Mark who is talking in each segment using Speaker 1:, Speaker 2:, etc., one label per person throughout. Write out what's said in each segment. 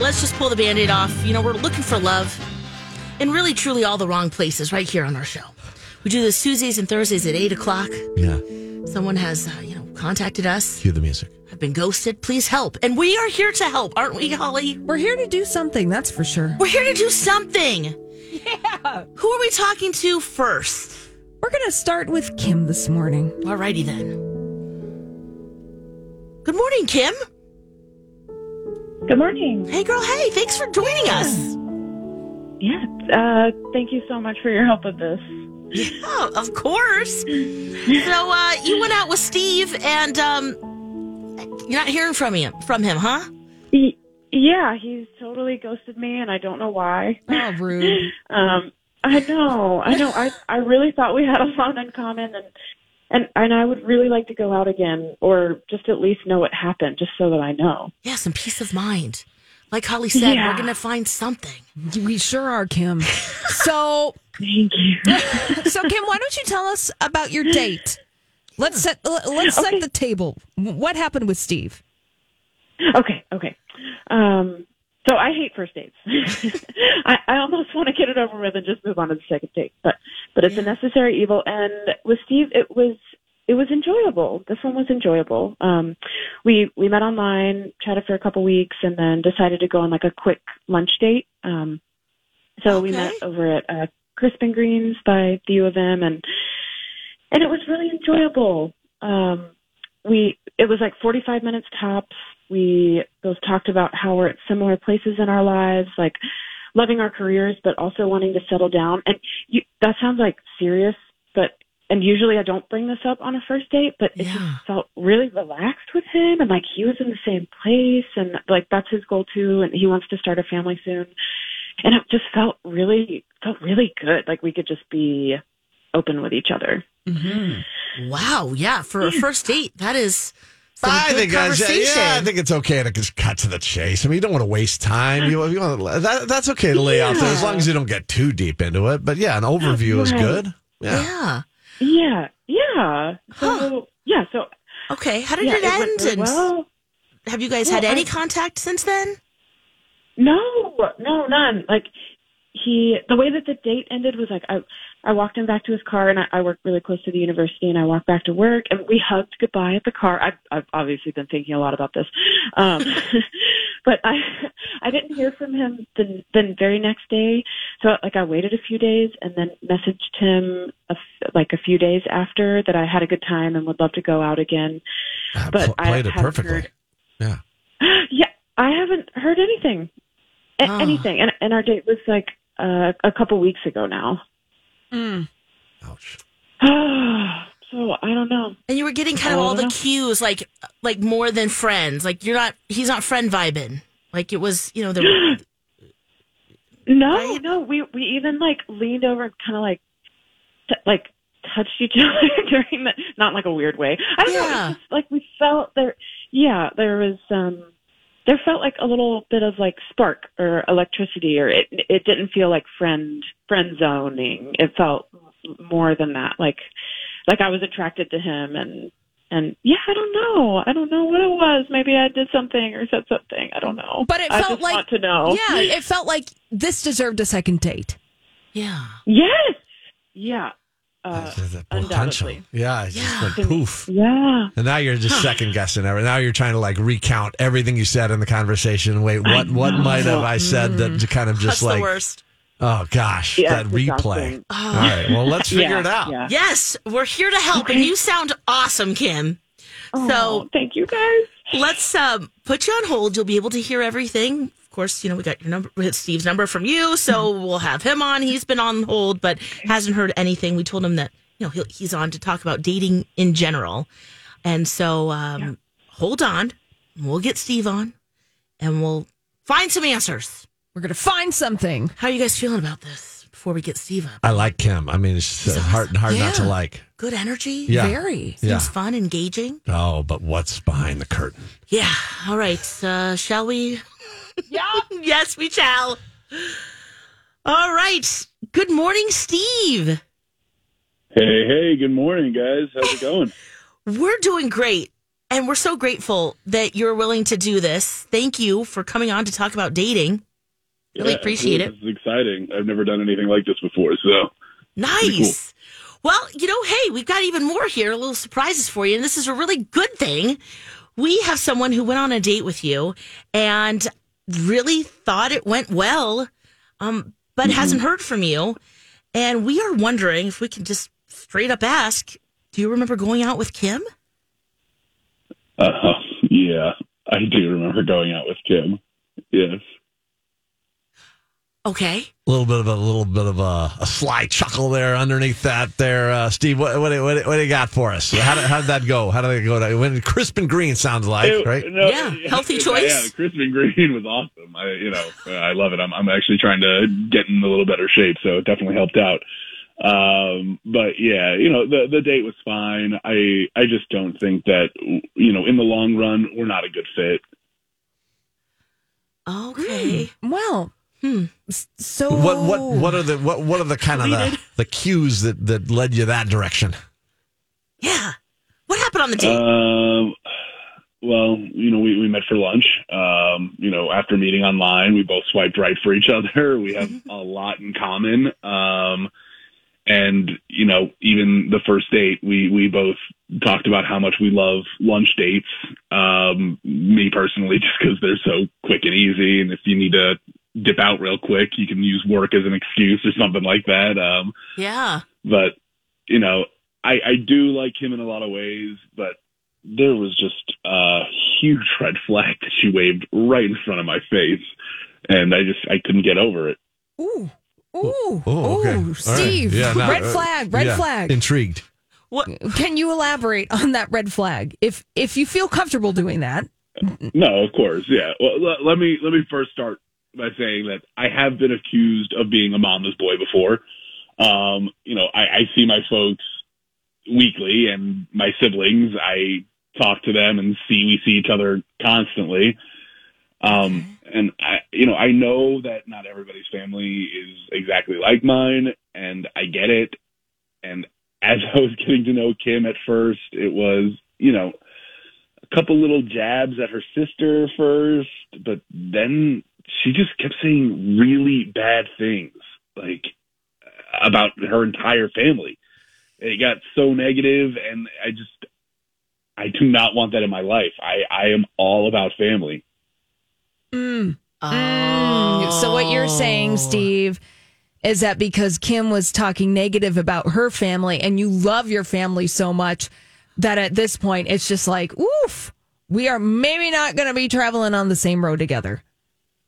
Speaker 1: Let's just pull the band aid off. You know, we're looking for love in really, truly all the wrong places right here on our show. We do this Tuesdays and Thursdays at 8 o'clock.
Speaker 2: Yeah.
Speaker 1: Someone has, uh, you know, contacted us.
Speaker 2: Cue the music.
Speaker 1: I've been ghosted. Please help. And we are here to help, aren't we, Holly?
Speaker 3: We're here to do something, that's for sure.
Speaker 1: We're here to do something. Yeah. Who are we talking to first?
Speaker 3: We're going to start with Kim this morning.
Speaker 1: Alrighty then. Good morning, Kim.
Speaker 4: Good morning.
Speaker 1: Hey, girl. Hey, thanks for joining us.
Speaker 4: Yeah, uh, thank you so much for your help with this.
Speaker 1: Yeah, of course. so uh, you went out with Steve, and um, you're not hearing from him. From him, huh?
Speaker 4: Y- yeah, he's totally ghosted me, and I don't know why.
Speaker 3: Oh, rude.
Speaker 4: Um, I know, I know. I I really thought we had a lot in common, and and and I would really like to go out again, or just at least know what happened, just so that I know.
Speaker 1: Yeah, some peace of mind. Like Holly said,
Speaker 4: Yeah.
Speaker 1: we're gonna find something.
Speaker 3: we sure are, Kim. So,
Speaker 4: Thank you.
Speaker 3: so Kim, why don't you tell us about your date? Let's set l- let's set the table. W- What happened with Steve?
Speaker 4: Okay, okay. Um, so I hate first dates. I, I almost want to get it over with and just move on to the second date, but but it's a necessary evil. And with Steve, it was it was enjoyable. This one was enjoyable. Um, we we met online, chatted for a couple weeks, and then decided to go on like a quick lunch date. Um, so we
Speaker 1: Okay.
Speaker 4: met over at uh, Crispin Greens by the U of M, and and it was really enjoyable. Um, we it was like 45 minutes tops. We both talked about how we're at similar places in our lives, like loving our careers, but also wanting to settle down. And you, that sounds like serious, but and usually I don't bring this up on a first date, but it
Speaker 1: Yeah.
Speaker 4: just felt really relaxed with him, and like he was in the same place, and like that's his goal too, and he wants to start a family soon. And it just felt really felt really good, like we could just be open with each other.
Speaker 1: Wow. Yeah, for a first date, that is. Some
Speaker 2: I
Speaker 1: good
Speaker 2: think I,
Speaker 1: conversation.
Speaker 2: yeah, I think it's okay to just cut to the chase. I mean, you don't want to waste time. You, you want to, that, that's okay to lay out there as long as you don't get too deep into it. But yeah, an overview is
Speaker 4: Right.
Speaker 2: good. Yeah.
Speaker 1: Yeah.
Speaker 4: Yeah, yeah. So yeah, so
Speaker 1: Okay. How did
Speaker 4: yeah,
Speaker 1: it
Speaker 4: it went
Speaker 1: end?
Speaker 4: really
Speaker 1: and
Speaker 4: well.
Speaker 1: have you guys
Speaker 4: Well,
Speaker 1: had any
Speaker 4: I-
Speaker 1: contact since then?
Speaker 4: No, no, none. Like he, the way that the date ended was like I, I walked him back to his car, and I, I work really close to the university, and I walked back to work, and we hugged goodbye at the car. I've, I've obviously been thinking a lot about this, um, but I, I didn't hear from him the the very next day. So like I waited a few days, and then messaged him a f like a few days after that I had a good time and would love to go out again.
Speaker 2: Ah,
Speaker 4: But
Speaker 2: pl-
Speaker 4: I
Speaker 2: played it
Speaker 4: haven't
Speaker 2: perfectly.
Speaker 4: heard-
Speaker 2: Yeah.
Speaker 4: yeah, I haven't heard anything. A-
Speaker 1: Ah.
Speaker 4: Anything. And, and our date was like uh, a couple weeks ago now.
Speaker 2: Ouch.
Speaker 4: so I don't know.
Speaker 1: And you were getting kind of
Speaker 4: I
Speaker 1: all the
Speaker 4: dunno.
Speaker 1: cues, like like more than friends. Like you're not, he's not friend vibing. Like it was, you know, the
Speaker 4: No,
Speaker 1: Right?
Speaker 4: no, we we even like leaned over and kind of like t- like touched each other during the not in, like a weird way. I don't know.
Speaker 1: Yeah.
Speaker 4: It's just, like we felt there. Yeah, there was um there felt like a little bit of like spark or electricity, or it it didn't feel like friend friend zoning. It felt more than that. Like like I was attracted to him and. And yeah, I don't know. I don't know what it was. Maybe I did something or said something. I don't know.
Speaker 3: But it
Speaker 4: I
Speaker 3: felt
Speaker 4: just
Speaker 3: like
Speaker 4: want to know.
Speaker 3: Yeah, it felt like this deserved a second date.
Speaker 1: yeah.
Speaker 4: Yes. Yeah. Uh,
Speaker 2: The potential.
Speaker 4: undoubtedly.
Speaker 2: Yeah, it's just like poof.
Speaker 4: Yeah.
Speaker 2: And now you're just second guessing everything. Now you're trying to like recount everything you said in the conversation. Wait, what what might have I said that
Speaker 4: Mm.
Speaker 2: j- kind of just
Speaker 1: That's
Speaker 2: like
Speaker 1: the worst.
Speaker 2: oh gosh,
Speaker 4: Yeah,
Speaker 2: that
Speaker 4: it's
Speaker 2: replay.
Speaker 4: exhausting. Oh.
Speaker 2: All right, well let's figure
Speaker 4: yeah,
Speaker 2: it out.
Speaker 4: Yeah.
Speaker 1: Oh, Yes, we're here to help, and you sound awesome, Kim.
Speaker 4: Oh, thank you guys.
Speaker 1: Let's um, put you on hold. You'll be able to hear everything. Of course, you know we got your number, we had Steve's number from you, so we'll have him on. He's been on hold, but hasn't heard anything. We told him that you know he'll, he's on to talk about dating in general, and so um, hold on. We'll get Steve on, and we'll find some answers.
Speaker 3: We're going to find something.
Speaker 1: How are you guys feeling about this? Before we get Steve up,
Speaker 2: I like Kim. I mean, it's just, uh, hard hard not to
Speaker 3: Yeah.
Speaker 2: like.
Speaker 1: good energy.
Speaker 2: Yeah.
Speaker 3: Very.
Speaker 1: Seems
Speaker 2: Yeah.
Speaker 1: fun, engaging.
Speaker 2: Oh, but what's behind the curtain?
Speaker 1: Yeah. All right. Uh, shall we? Yeah. yes, we shall. All right. Good morning, Steve.
Speaker 5: Hey, hey, good morning, guys. How's it going?
Speaker 1: We're doing great. And we're so grateful that you're willing to do this. Thank you for coming on to talk about dating. Really appreciate it.
Speaker 5: This is exciting. I've never done anything like this before, so
Speaker 1: Nice. Well, you know, hey, we've got even more here, little surprises for you. And this is a really good thing. We have someone who went on a date with you and really thought it went well, um, but hasn't heard from you. And we are wondering if we can just straight up ask Do you remember going out with Kim?
Speaker 5: uh, yeah, I do remember going out with Kim. Yes.
Speaker 1: Okay.
Speaker 2: A little bit of a little bit of a, a sly chuckle there underneath that there, uh, Steve. What what what, what do you got for us? How did how did that go? How did it go? When Crispin Green sounds like
Speaker 5: It-
Speaker 2: right.
Speaker 5: no,
Speaker 1: Yeah, healthy
Speaker 5: Yeah,
Speaker 1: choice.
Speaker 5: the Crispin Green was awesome. I, you know, I love it. I'm, I'm actually trying to get in a little better shape, so it definitely helped out. Um, but yeah, you know, the the date was fine. I I just don't think that you know, in the long run, we're not a good fit.
Speaker 1: Okay.
Speaker 3: Well,
Speaker 1: Hmm.
Speaker 3: s- so
Speaker 2: What what what are the what what are the kind of the, the cues that that led you that direction?
Speaker 1: Yeah. What happened on the date?
Speaker 5: Um, well, you know, we, we met for lunch. Um, you know, after meeting online, we both swiped right for each other. We have a lot in common. Um, and you know, even the first date, we we both talked about how much we love lunch dates. Um, me personally, just because they're so quick and easy, and if you need to dip out real quick, you can use work as an excuse or something like that. Um,
Speaker 1: yeah.
Speaker 5: but you know, I, I do like him in a lot of ways, but there was just a huge red flag that she waved right in front of my face, and I just I couldn't get over it.
Speaker 3: Ooh. Ooh.
Speaker 2: Oh, okay. All
Speaker 3: Ooh.
Speaker 2: right.
Speaker 3: Steve.
Speaker 2: Yeah, no,
Speaker 3: red
Speaker 2: uh,
Speaker 3: flag. Red
Speaker 2: yeah.
Speaker 3: flag.
Speaker 2: Intrigued.
Speaker 1: What?
Speaker 3: Can you elaborate on that red flag? If if you feel comfortable doing that.
Speaker 5: No, of course, yeah. Well, let, let me let me first start by saying that I have been accused of being a mama's boy before. Um, you know, I, I see my folks weekly and my siblings. I talk to them and see we see each other constantly. Um, and I, you know, I know that not everybody's family is exactly like mine, and I get it. And as I was getting to know Kim at first, it was, you know, a couple little jabs at her sister first, but then she just kept saying really bad things, like about her entire family. It got so negative, and I just, I do not want that in my life. I, I am all about family.
Speaker 3: Mm. Mm. So what you're saying, Steve, is that because Kim was talking negative about her family and you love your family so much that at this point it's just like, oof, we are maybe not going to be traveling on the same road together.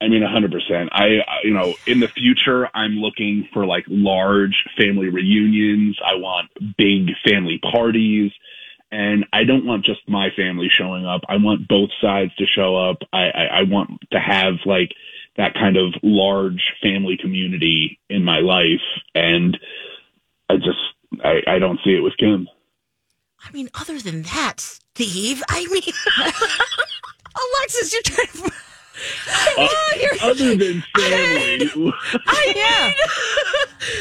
Speaker 5: I mean, 100%. I, I- you know, in the future, I'm looking for like large family reunions. I want big family parties. And I don't want just my family showing up. I want both sides to show up. I, I, I want to have like that kind of large family community in my life. And I just, I, I don't see it with Kim.
Speaker 1: I mean, other than that, Steve, I mean.
Speaker 3: Alexis, you're trying to.
Speaker 1: Oh,
Speaker 5: Other than family.
Speaker 3: yeah.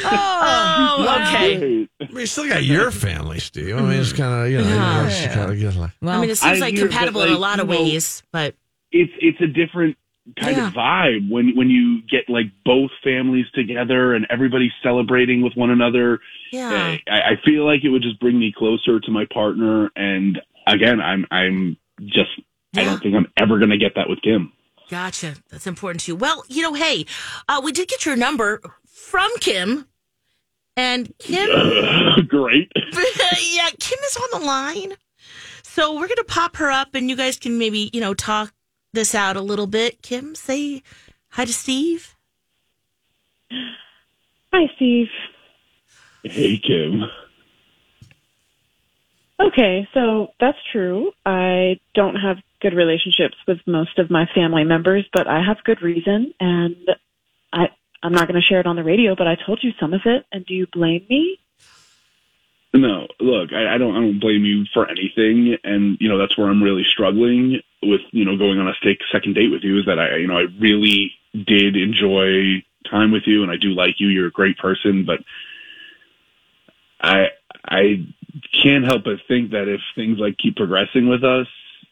Speaker 3: oh,
Speaker 1: Oh, okay.
Speaker 2: I
Speaker 5: Great.
Speaker 2: mean, Mm-hmm. you still got your family, Steve. I mean, it's kind of you know.
Speaker 1: Yeah.
Speaker 2: it's kinda, you know,
Speaker 3: well,
Speaker 1: I mean, it seems
Speaker 5: I
Speaker 1: like
Speaker 5: hear, but,
Speaker 1: compatible in a
Speaker 5: like,
Speaker 1: lot of
Speaker 5: you know-
Speaker 1: ways, but
Speaker 5: it's it's a different kind
Speaker 1: Yeah.
Speaker 5: of vibe when when you get like both families together and everybody celebrating with one another.
Speaker 1: Yeah.
Speaker 5: I, I feel like it would just bring me closer to my partner. And again, I'm I'm just I
Speaker 1: Yeah.
Speaker 5: don't think I'm ever gonna get that with Kim.
Speaker 1: Gotcha. That's important to you. Well, you know, hey, uh, we did get your number from Kim. And Kim,
Speaker 5: Great.
Speaker 1: yeah, Kim is on the line. So we're going to pop her up and you guys can maybe, you know, talk this out a little bit. Kim, say hi to Steve.
Speaker 4: Hi, Steve.
Speaker 5: Hey Kim.
Speaker 4: Okay, so that's true. I don't have good relationships with most of my family members, but I have good reason, and I I'm not going to share it on the radio, but I told you some of it, and do you blame me?
Speaker 5: No, look, I, I don't. I don't blame you for anything, and you know that's where I'm really struggling with. You know, going on a sec- second date with you is that I, you know, I really did enjoy time with you, and I do like you. You're a great person, but I, I can't help but think that if things like keep progressing with us,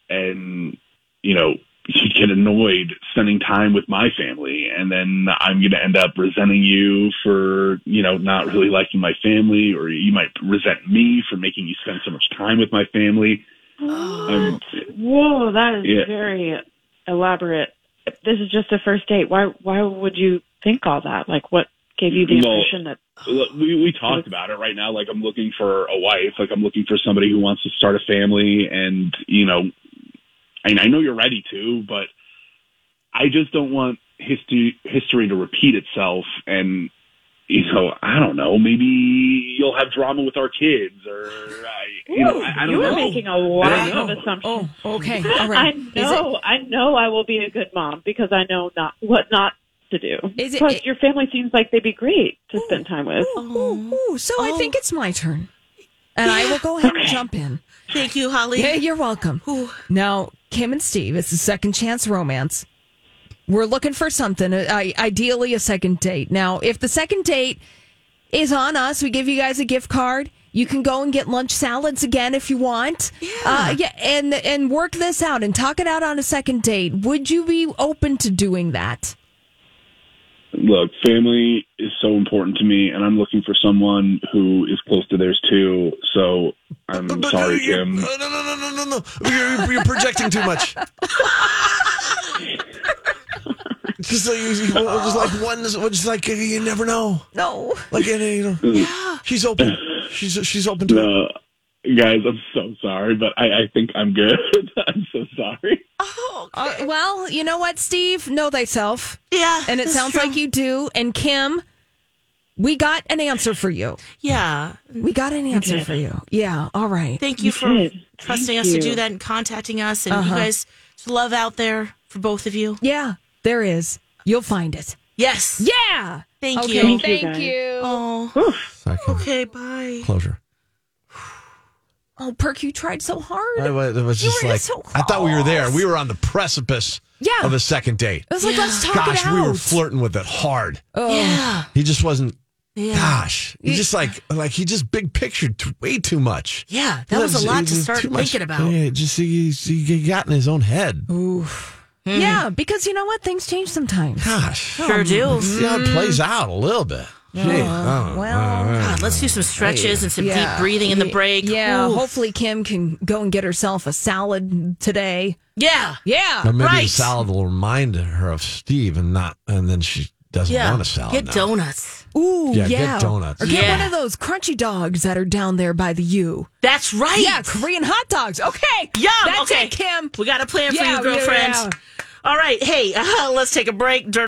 Speaker 5: and you know, you get annoyed spending time with my family, and then I'm going to end up resenting you for, you know, not really liking my family, or you might resent me for making you spend so much time with my family. Um,
Speaker 4: Whoa, that is
Speaker 5: Yeah.
Speaker 4: very elaborate. This is just a first date. Why why would you think all that? Like, what gave you the
Speaker 5: Well,
Speaker 4: impression that?
Speaker 5: look, we we talked about it right now. Like I'm looking for a wife. Like I'm looking for somebody who wants to start a family, and you know, and I know you're ready to, but I just don't want history history to repeat itself. And you know, I don't know. Maybe you'll have drama with our kids, or I, you know, I, I don't
Speaker 4: you
Speaker 5: know.
Speaker 4: are making a lot
Speaker 5: know.
Speaker 4: of assumptions.
Speaker 3: Oh, okay. All right. Is it-
Speaker 4: I know, I know, I will be a good mom because I know not what not to do.
Speaker 3: Is it-
Speaker 4: Plus, your family seems like they'd be great to spend time with.
Speaker 3: Ooh, ooh, so I think it's my turn. And I will go ahead and jump in.
Speaker 1: Thank you, Holly.
Speaker 3: Yeah, you're welcome. Now, Kim and Steve, it's a second chance romance. We're looking for something, uh, I- ideally a second date. Now, if the second date is on us, we give you guys a gift card. You can go and get lunch salads again if you want. Yeah. Uh, yeah, and and work this out and talk it out on a second date. Would you be open to doing that?
Speaker 5: look, family is so important to me, and I'm looking for someone who is close to theirs too. So I'm
Speaker 2: But- but
Speaker 5: Mm, sorry,
Speaker 2: you-
Speaker 5: Kim.
Speaker 2: uh, No, no, no, no, no, no. You're, you're projecting too much. just like, you- you- well, just like one, just like uh, you never know.
Speaker 3: No.
Speaker 2: Like uh, you know, she's open. She's she's open to it.
Speaker 5: No, guys, I'm so sorry, but I, I think I'm good. I'm so sorry.
Speaker 1: Oh,
Speaker 3: Uh, well, you know what, Steve? Know thyself.
Speaker 1: yeah.
Speaker 3: And it
Speaker 1: that's
Speaker 3: sounds
Speaker 1: true.
Speaker 3: like you do. And Kim, we got an answer for you.
Speaker 1: Yeah.
Speaker 3: We got an answer for you. Yeah. All right.
Speaker 1: Thank you for
Speaker 4: did.
Speaker 1: trusting
Speaker 4: Thank
Speaker 1: us to
Speaker 4: you.
Speaker 1: do that and contacting us. And you guys, there's love out there for both of you.
Speaker 3: Yeah. There is. You'll find it.
Speaker 1: Yes.
Speaker 3: Yeah.
Speaker 1: Thank
Speaker 3: okay,
Speaker 1: you.
Speaker 3: Thank,
Speaker 4: guys.
Speaker 3: you.
Speaker 1: Oh.
Speaker 2: Sorry, Kim.
Speaker 1: Okay. Bye.
Speaker 2: Closure.
Speaker 3: Oh, Perk, you tried so hard.
Speaker 2: I
Speaker 3: It
Speaker 2: was, it was
Speaker 3: You
Speaker 2: just
Speaker 3: were
Speaker 2: like
Speaker 3: so
Speaker 2: I thought we were there.
Speaker 3: close.
Speaker 2: We were on the precipice
Speaker 3: Yeah.
Speaker 2: of a second date.
Speaker 3: was like, let's talk
Speaker 2: Gosh,
Speaker 3: it out. Oh,
Speaker 2: we were flirting with it hard.
Speaker 1: Yeah.
Speaker 2: He just wasn't.
Speaker 1: Yeah.
Speaker 2: Gosh, he just like like he just big pictured t- way too much.
Speaker 1: Yeah. That was a lot to
Speaker 2: It's
Speaker 1: start
Speaker 2: too
Speaker 1: thinking
Speaker 2: much-
Speaker 1: about.
Speaker 2: Yeah, just he, he got in his own head.
Speaker 3: Yeah, because you know what? Things change sometimes.
Speaker 2: Gosh,
Speaker 1: Sure do.
Speaker 2: see how it plays out a little bit. Gee, I don't know.
Speaker 3: Well,
Speaker 1: God, let's do some stretches and some deep breathing in the break.
Speaker 3: Yeah.
Speaker 1: Ooh.
Speaker 3: Hopefully, Kim can go and get herself a salad today.
Speaker 1: Yeah.
Speaker 3: Yeah.
Speaker 2: Now, maybe the
Speaker 1: right.
Speaker 2: salad will remind her of Steve, and not, and then she doesn't
Speaker 1: Yeah.
Speaker 2: want a salad.
Speaker 1: Get
Speaker 2: now.
Speaker 1: donuts.
Speaker 3: Ooh,
Speaker 2: Yeah,
Speaker 3: yeah.
Speaker 2: get donuts.
Speaker 3: Or get
Speaker 1: Yeah.
Speaker 3: one of those crunchy dogs that are down there by the U.
Speaker 1: That's right.
Speaker 3: Yeah, Korean hot dogs. Okay.
Speaker 1: Yum.
Speaker 3: That's
Speaker 1: okay.
Speaker 3: it, Kim.
Speaker 1: We got a plan for
Speaker 3: Yeah,
Speaker 1: you,
Speaker 3: yeah,
Speaker 1: girlfriend.
Speaker 3: yeah.
Speaker 1: All right. Hey, uh, let's take a break.